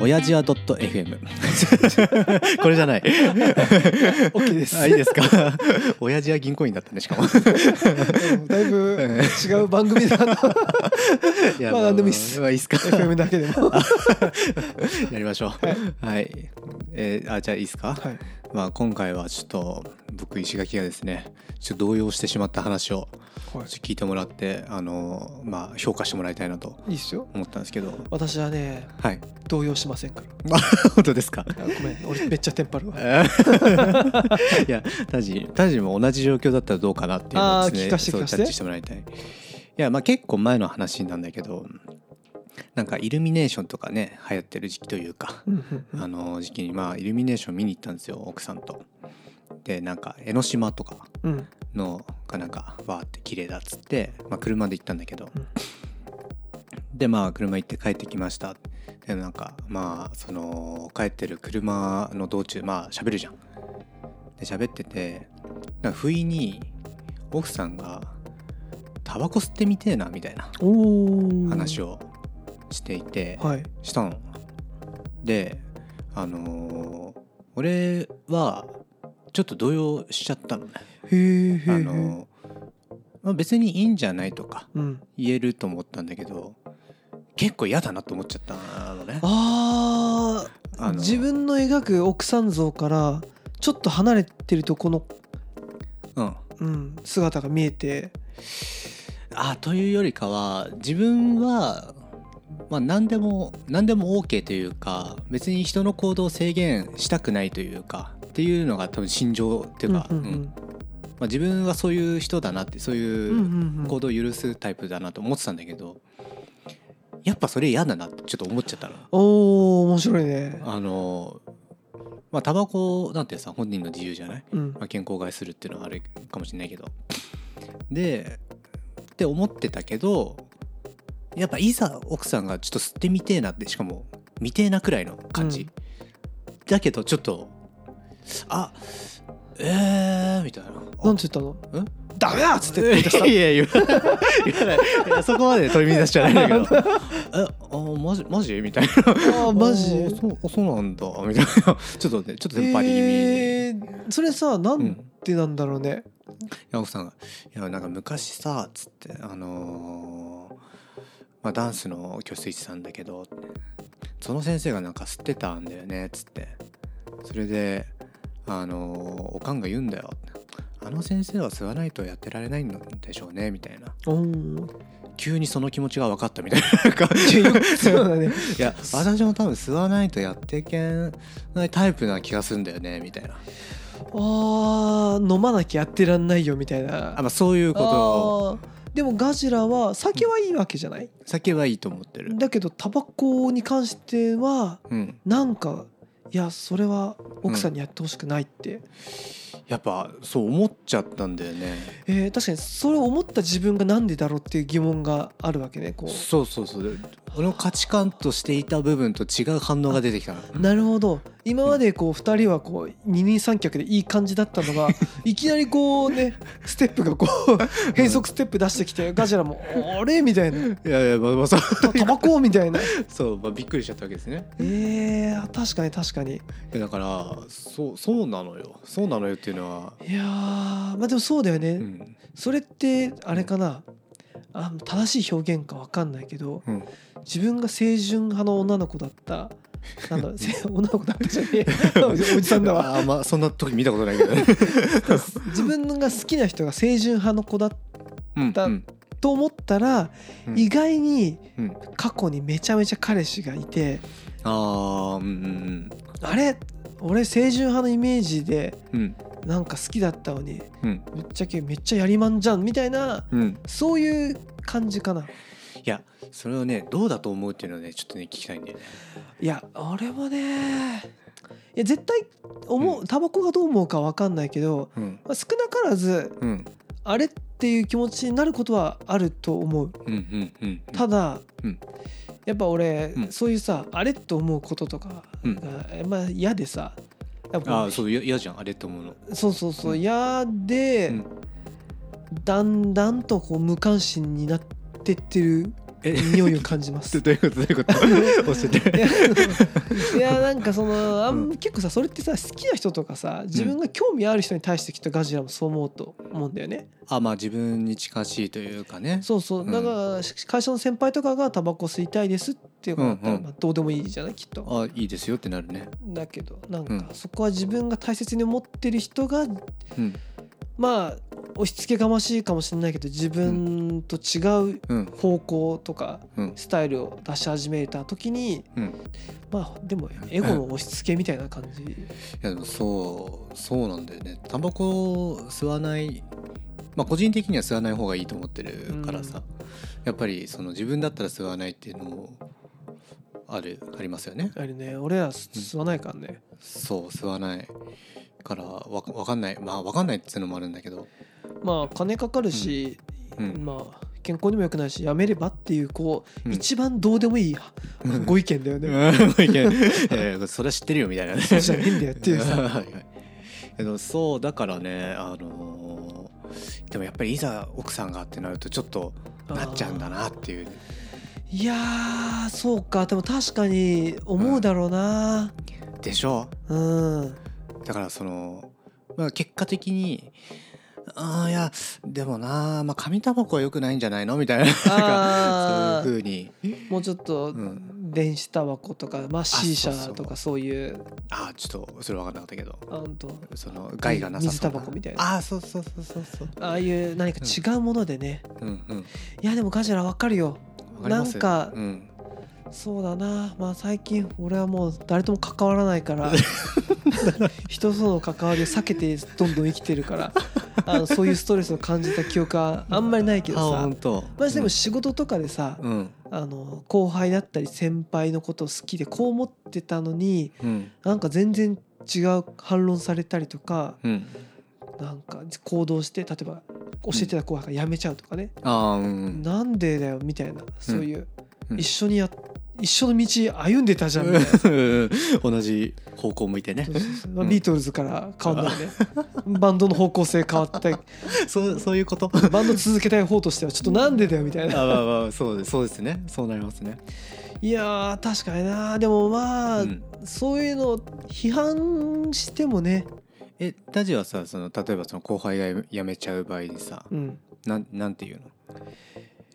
親父はドット FM。 これじゃ ない。オッケーです。あいいです か。親父は銀行員だったねしかも。うんだいぶ違う番組だ なといやまあなんでもいいっすまあいいっすか。 FM だけでも。はやりましょう。はい。えーあじゃあいいっすか。い。まあ今回はちょっと僕石垣がですね、ちょっと動揺してしまった話をはちょっと聞いてもらってあのまあ評価してもらいたいなとい。いいっすよ。思ったんですけど。私はねはい。 動揺しませんから。本当ですか。あごめん、俺めっちゃテンパる わ。いやタジタジも同じ状況だったらどうかなっていうのをですあねー聞かせてそう聞かジせてャッジしてもらいたいいやまあ結構前の話なんだけどなんかイルミネーションとかね流行ってる時期というかうんうんうんあの時期にまあイルミネーション見に行ったんですよ奥さんと。でなんか江ノ島とかうん。のがなんかわーって綺麗だっつって、まあ、車で行ったんだけど、うんでまあ車行って帰ってきましたでなんかまあその帰ってる車の道中まあ喋るじゃんで喋っててなんか不意に奥さんが「タバコ吸ってみてえな」みたいなおお。話を。をしていて、はい。したのであのー俺はちょっと動揺しちゃったのねへえへあえ。の、まあ、別にいいんじゃないとかうん。言えると思ったんだけど結構嫌だなと思っちゃったのね。あああの自分の描く奥さん像からちょっと離れてるとこの、うん、あうん、姿が見えてというよりかは自分は、まあ、何でも何でも OK というか別に人の行動を制限したくないというかっていうのが多分心情っていうか、うんうんううんんまあ、自分はそういう人だなってそういうううんうんう行ん動を許すタイプだなと思ってたんだけどやっぱそれ嫌だなってちょっと思っちゃったの。おお面白いね。あのまあタバコなんてさ本人の自由じゃない、うんまあ、健康を害するっていうのはあるかもしれないけどでって思ってたけどやっぱいざ奥さんがちょっと吸ってみてえなってしかも見てえなくらいの感じ、うんだけどちょっとあえー、みたいな。なんて言っ たのんダメだっつって言い出したいや言わ言わないいやそこまで取り乱しじゃないんだけど えあマジマジみたいなあーマジあーそうあそうなんだみたいな ちょっとねちょっとテンパり気味に、えーそれさなうんん、てなんだろうね、山本さんが「いやなんか昔さ」っつってあのーまあ、ダンスの教室行ってたんだけどその先生がなんか吸ってたんだよねっつってそれであのーおかんが言うんだよあの先生は吸わないとやってられないんでしょうねみたいなおー急にその気持ちが分かったみたいななん かいやよくそうだねいや私も多分吸わないとやっていけないタイプな気がするんだよねみたいなあー飲まなきゃやってらんないよみたいなあ、まあ、そういうことをあーでもガジラは酒はいいわけじゃない、酒はいいと思ってるだけどタバコに関してはうんなんかいやそれは奥さんにやってほしくないって、やっぱそう思っちゃったんだよねえー確かにそれを思った自分がなんでだろうっていう疑問があるわけねこうそうそうそう俺の価値観としていた部分と違う反応が出てきたのなるほど今までこう2人はこう二人三脚でいい感じだった のがいきなりこうねステップがこう変則ステップ出してきてガジラも「あれ?」みたいな「いやいやまあまあそう たタバコ?」みたいなそう、まあ、びっくりしちゃったわけですねえー、確かに確かにいやだからそうそうなのよそうなのよっていうのはいやーまあでもそうだよね、うんそれってあれかなあ正しい表現か分かんないけどうん自分が清純派の女の子だったな んだせ女の子だったじゃねえおじおじさんだわあーまあそんな時見たことないけど ね自分が好きな人が清純派の子だうんうんと思ったら、うん意外にうん過去にめちゃめちゃ彼氏がいてあーうんあれ俺清純派のイメージでうんうんなんか好きだったのにうんぶっちゃけめっちゃやりまんじゃんみたいなうんそういう感じかないやそれをねどうだと思うっていうのをねちょっとね聞きたいんだよねいや俺もねいや絶対思うタバコがどう思うか分かんないけど、うんまあ、少なからずうんあれっていう気持ちになることはあると思ううんうんうんただ、うんやっぱ俺、うんそういうさあれって思うこととかうんが、まあ、嫌でさやっあぱあそういや嫌じゃんあれって思うのそうそうそう、うん嫌で、うんだんだんとこう無関心になってってるえ匂いを感じま どすどういうことどういうこと 教えいてやいやなんかそのあんう結構さそれってさ好きな人とかさ自分が興味ある人に対してきっとガジラもそう思うと思うんだよね。あまあ自分に近しいというかねそうそううんだからし会社の先輩とかがタバコ吸いたいですっていうことだったうんらうんまあどうでもいいじゃないきっと。あいいですよってなるねだけどなんうんかそこは自分が大切に思ってる人がうんまあ押し付けがましいかもしれないけど自分と違ううん方向とかうんスタイルを出し始めた時に、うんまあでもエゴの押し付けみたいな感じ、いやでもそうそうなんだよねタバコを吸わないまあ個人的には吸わない方がいいと思ってるからさ、やっぱりその自分だったら吸わないっていうのもあるありますよねあれね俺らす吸わないからね、そう吸わないからわかわかんないまあわかんないっていうのもあるんだけどまあ金かかるし、うんまあ健康にも良くないしやめればっていうこうう、ん一番どうでもいいうんご意見だようね。んいやいやい やそれは知ってるよみたいなねそうじゃねえんだよってい うさ。はいはいけどそうだからねあのーでもやっぱりいざ奥さんがってなるとちょっとなっちゃうんだなっていういやーそうかでも確かに思うだろうなでしょうん、だからその、まあ、結果的にああいやでもなー、まあ、紙タバコは良くないんじゃないのみたいななんかあそういう風にーもうちょっとうん電子タバコとか、まあ、C 社そうそうとかそういうああちょっとそれ分かんなかったけどあんとその害がなさそう水タバコみたいなああそうそうそうそうそうああいう何か違うものでね、うんうんいやでもガジラわかるよわかりますなんかうん、そうだなまあ最近俺はもう誰とも関わらな いから人との関わりを避けてどんどん生きてるからあのそういうストレスを感じた記憶はあんまりないけどあさ本当まあでも仕事とかでさ、うんあの後輩だったり先輩のことを好きでこう思ってたのにうんなんか全然違う反論されたりとかうんなんか行動して例えば教えてた後輩が辞めちゃうとかね、ああうんなんでだよみたいなそういう、うん一緒にや一緒の道歩んでたじゃんみたいな同じ方向向いてねそうそうそうまあうんビートルズから変わんないねバンドの方向性変わったそうそういうこと バンド続けたい方としてはちょっとなんでだよみたいなあまあまあそうですそうですねそうなりますね、いやー確かになでもまあ、うんそういうの批判してもね、えダジはさその例えばその後輩が辞めちゃう場合にさうん、なんなんて言うの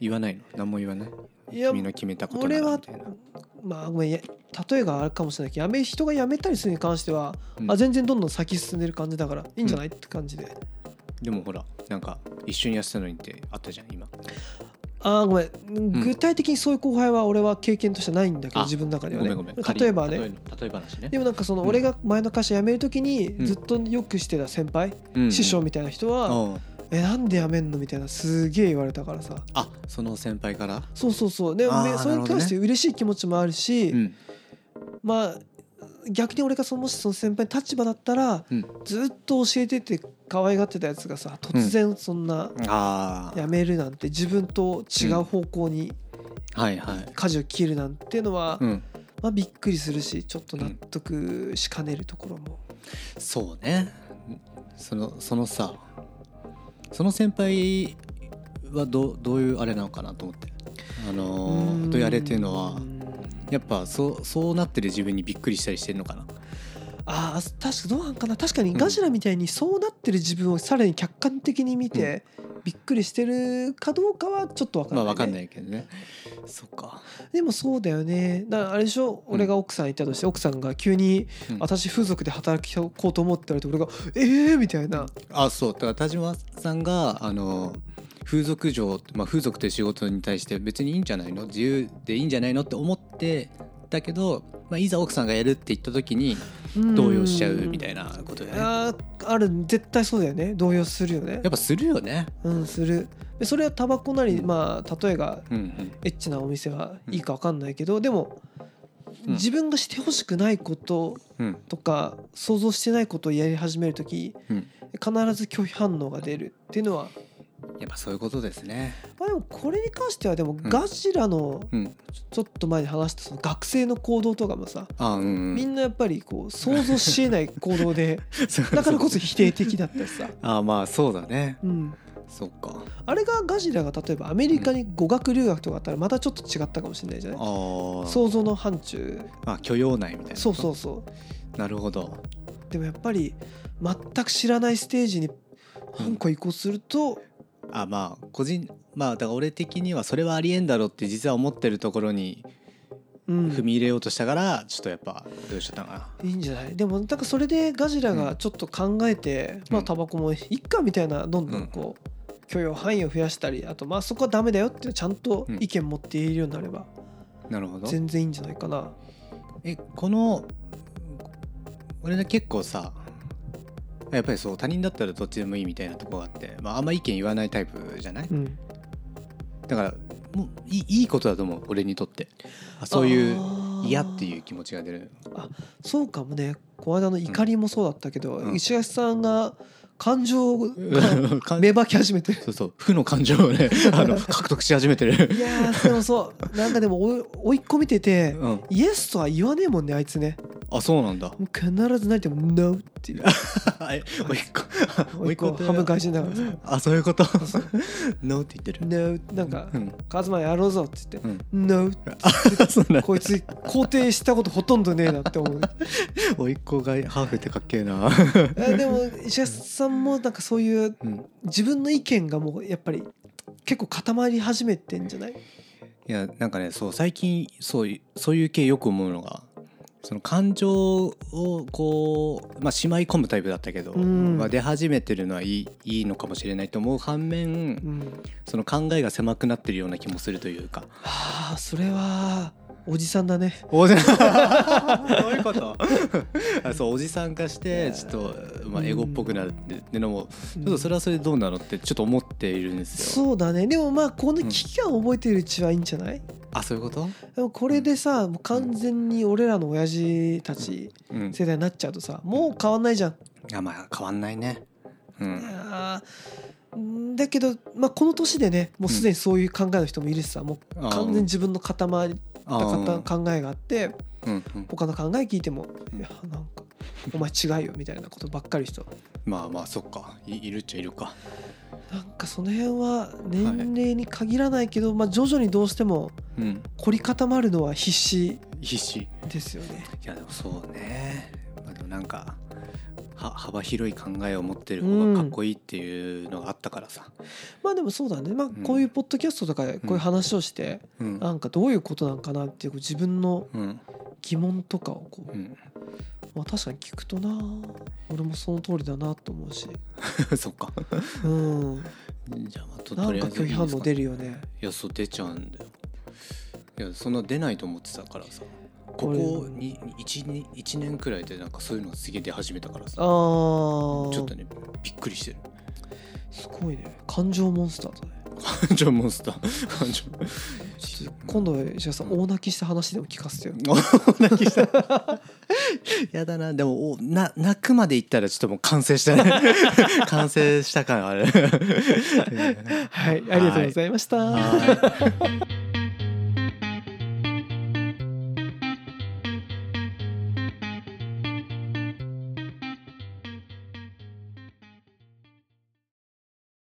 言わないの何も言わないいや君の決めたことだ俺なはみたいなまあごめんや例えがあるかもしれないけどやめ人が辞めたりするに関しては、うんあ全然どんどん先進んでる感じだからいいんじゃない、って感じででもほらなんか一緒にやってたのにってあったじゃん今あーごめん具体的にそういう後輩は俺は経験としてないんだけど、あ自分の中でごはめねんごめん例えばね仮に例え話ねでもなんかそのうん俺が前の会社辞める時にんずっとよくしてた先輩、うんうん師匠みたいな人はうん「えなんで辞めんの?」みたいなすげえ言われたからさあその先輩からそうそうそうであーでそれに関してな嬉しい気持ちもあるしうんまあ逆に俺がそのもしその先輩の立場だったら、うんずっと教えてて可愛がってたやつがさ突然そんなあ辞めるなんて自分と違う方向にあはいはい舵を切るなんてのは、うんまあ、びっくりするしちょっと納得しかねるところも、そうねそのそのさその先輩はどうどういうあれなのかなと思ってあのうーんとやれっていうのはやっぱそうそうなってる自分にびっくりしたりしてるのかなああ確かどうなんかな確かにんガジラみたいにそうなってる自分をさらに客観的に見て、びっくりしてるかどうかはちょっと分かんまあない、ねわかんないけどねそっかでもそうだよねだからあれでしょうん俺が奥さん行ったとして、奥さんが急にうん「私風俗で働きこうと思って」って言われて俺が「ええー」みたいなあそうだから田島さんがあの風俗嬢、まあ、風俗という仕事に対して別にいいんじゃないの自由でいいんじゃないのって思ってたけど、まあ、いざ奥さんがやるって言った時に動揺しちゃうみたいいなことだよねやあーある絶対そうだよね動揺するよねっぱするよねうんするでそれはタバコなりまあ例えがうんうんエッチなお店はいいか分かんないけど、でも、うん自分がしてほしくないことうんとか想像してないことをやり始める時うん必ず拒否反応が出るっていうのはやっぱそういうことですね。まあでもこれに関してはでもガジラのうん。ちょちょっと前に話したその学生の行動とかもさあ、うん、うん。みんなやっぱりこう想像しえない行 動でそうそうだからこそ否定的だったしさ、あ、まあそうだね。うん、そっか。あれがガジラが例えばアメリカに語学留学とかあったらまたちょっと違ったかもしれないじゃないああ。う。想像の範疇あ、許容内みたいな。。そうそうそうなるほど。うでもやっぱり全く知らないステージに半個移行すると、あ、まあ個人、まあだから俺的にはそれはありえんだろうって実は思ってるところにうん、踏み入れようとしたから、ちょっとやっぱどうしちゃったのかいいんじゃないでもなんかそれでガジラがちょっと考えて、うんまあタバコもいっかみたいなどんどんこう、許容範囲を増やしたりあとまあそこはダメだよっていうちゃんと意見持って言えるようになればな。なるほど。全然いいんじゃないかな。えこの俺ね結構さやっぱりそう他人だったらどっちでもいいみたいなとこがあって、まあ、あんま意見言わないタイプじゃないうん、だからもういいいいことだと思う俺にとってあそういうあー嫌っていう気持ちが出るそうかもねこの間の怒りもそうだったけど、うん石橋さんが感情が 感 芽生き始 めてる。そうそう負の感情を ねあの獲得し始めてるいやーでもそうなんかでも追い追い込みてて、うんイエスとは言わねえもんねあいつねあそうなん だもう必ず泣いても「NO」っ ていうえおいっ子追い込半分外人だからさあそういうこと ノーって言ってる No なんかうん 「カズマやろうぞ」って言ってうん「No そうなんだこいつ肯定したことほとんどねえな」って 思うおいっ子がハーフってかっけえな、えでも石橋さんもなんかそういううん、自分の意見がもうやっぱり結構固まり始めてんじゃないいやなんかねそう最近そういそういう系よく思うのがその感情をこう、まあ、しまい込むタイプだったけど、うんまあ、出始めてるのはいいいいのかもしれないと思う反面うんその考えが狭くなってるような気もするというか。はあそれはおじさんだねおじどういうこと あそうおじさん化してちょっと、まあ、エゴっぽくなるっていうのもちょっとそれはそれでどうなのってちょっと思っているんですよ。そうだねでもまあこうのん危機感を覚えてるうちはいいんじゃないあそういうこと、でもこれでさもう完全に俺らの親父たちうん、世代になっちゃうとさもう変わんないじゃんあまあ変わんないね。うんいやーんだけど、まあ、この年でねもうすでにそういう考えの人もいるしさ、もうあー完全に自分の固まったあー方考えがあってうんうん、他の考え聞いても「うんいやなんかお前違うよ」みたいなことばっかり人まあまあそっかいいるっちゃいるかなんかその辺は年齢に限らないけど、まあ、徐々にどうしてもうん凝り固まるのは必死必死いですよね。やでもそうね、まあ、でもなんかは幅広い考えを持ってる方がかっこいいっていうのがあったからさ、まあでもそうだね、まあ、んこういうポッドキャストとかこういう話をして、うんなんかどういうことなんかなっていうこう自分のうん疑問とかをこううん、 まあ、確かに聞くとな俺もその通りだなと思うし、そっかうん、じゃあまあとなとんりかあえずい拒否い反です応か出るよねいやそう出ちゃうんだよいやそんな出ないと思ってたからさここれこに一に一年くらいでなんかそういうのがすげえ出始めたからあさーちょっとねびっくりしてる すごいね感情モンスターだね感情モンスター 感情ちょっと今度石田さん大泣きした話でも聞かせてよお泣きしたやだなでもおな泣くまでいったらちょっともう完成したね 完成した感あるはいありがとうございました、はい